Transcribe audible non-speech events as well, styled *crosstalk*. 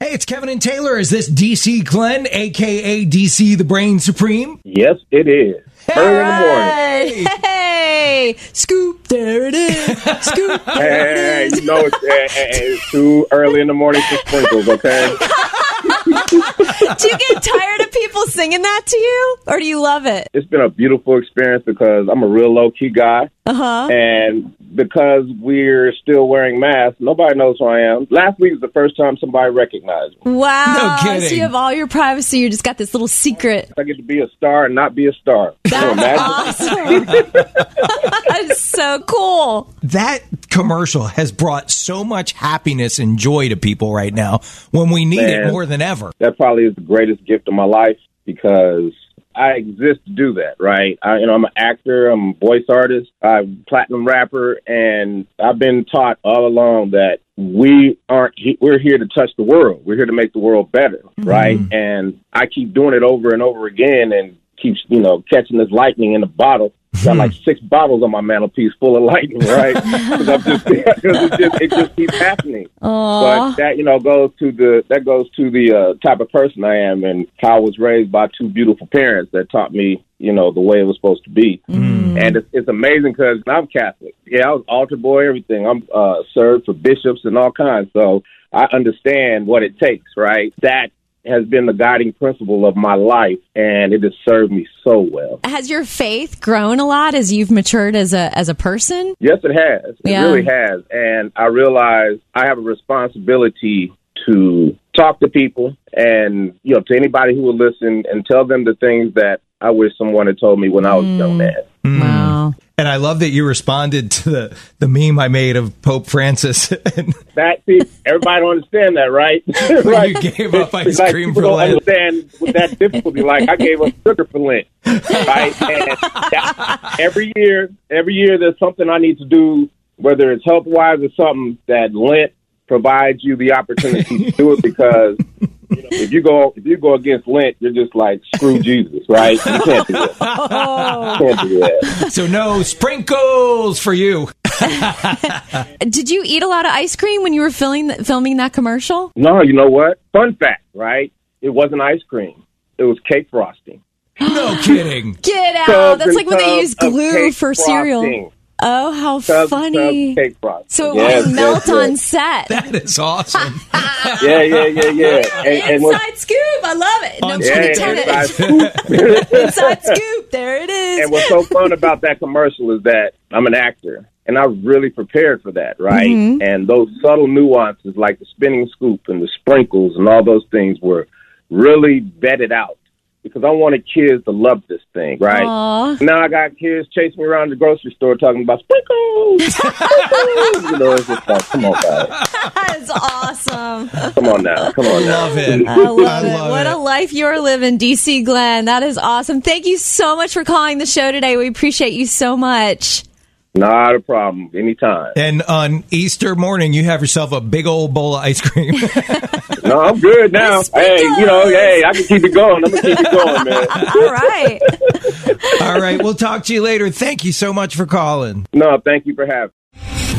Hey, it's Kevin and Taylor. Is this DC Glenn, aka DC the Brain Supreme? Yes, it is. Early in the morning. Hey. hey, scoop, there it is. Scoop, there *laughs* Hey, it you is. know it's, eh, eh, eh, it's too early in the morning for sprinkles, okay? Do you get tired of people singing that to you, or do you love it? It's been a beautiful experience because I'm a real low key guy, Uh huh. and because we're still wearing masks, nobody knows who I am. Last week was the first time somebody recognized me. Wow. No kidding. So you have all your privacy. You just got this little secret. I get to be a star and not be a star. Can you That's imagine? awesome. *laughs* that is so cool. That commercial has brought so much happiness and joy to people right now when we need it Man. more than ever. that probably is the greatest gift of my life because I exist to do that, right? I, you know, I'm an actor, I'm a voice artist, I'm a platinum rapper, and I've been taught all along that we aren't he- we're here to touch the world. We're here to make the world better, right? And I keep doing it over and over again, and keeps you know catching this lightning in the bottle. Got like six bottles on my mantelpiece full of lightning, right? *laughs* 'Cause I'm just, 'cause it just it just keeps happening. But that you know goes to the that goes to the uh, type of person I am and how I was raised by two beautiful parents that taught me you know the way it was supposed to be. And it's, it's amazing because I'm Catholic. Yeah, I was altar boy, everything. I'm uh, served for bishops and all kinds, so I understand what it takes. Right, that has been the guiding principle of my life, and it has served me so well. Has your faith grown a lot as you've matured as a as a person? Yes, it has. It Yeah. really has. And I realize I have a responsibility to talk to people and, you know, to anybody who will listen and tell them the things that I wish someone had told me when I was a young man. Hmm. Wow. And I love that you responded to the, the meme I made of Pope Francis *laughs* and That, see, everybody don't understand that, right? *laughs* when right. you gave up ice like, cream people for don't last. understand what that difficulty. Like I gave up sugar for Lent, right? *laughs* And that, every year, every year there's something I need to do, whether it's health wise or something that Lent provides you the opportunity to do it because you know, if you go if you go against Lent, you're just like screw Jesus, right? You can't do that. Oh. You can't do that. So no sprinkles for you. Did you eat a lot of ice cream when you were filming filming that commercial? No, you know what? Fun fact, right? It wasn't ice cream. It was cake frosting. No kidding. Get out! Tubs Oh, That's and like when they tubs use of glue cake for cereal. frosting. Oh, how Tubs and funny! tubs of cake frosting. So it Yes, would melt yes, yes. on set. That is *laughs* awesome. Yeah, yeah, yeah, yeah. And, and when, Inside scoop, I love it. No On yeah, Tony kidding, and, tenant. *laughs* inside- Inside scoop, there it is. and what's so fun about that commercial is that I'm an actor and I really prepared for that, right? Mm-hmm. And those subtle nuances like the spinning scoop and the sprinkles and all those things were really vetted out because I wanted kids to love this thing, right? Aw. Now I got kids chasing me around the grocery store talking about *laughs* sprinkles. sprinkles. you know, it's just like, come on, guys. That is awesome. Come on now. Come on now. Love it. I love it. love what a life you're living, DC Glenn. That is awesome. Thank you so much for calling the show today. We appreciate you so much. Not a problem. Anytime. And on Easter morning, you have yourself a big old bowl of ice cream. *laughs* No, I'm good now. Hey, you know, hey, I can keep it going. I'm gonna keep it going, man. *laughs* All right. All right, we'll talk to you later. Thank you so much for calling. No, thank you for having. me.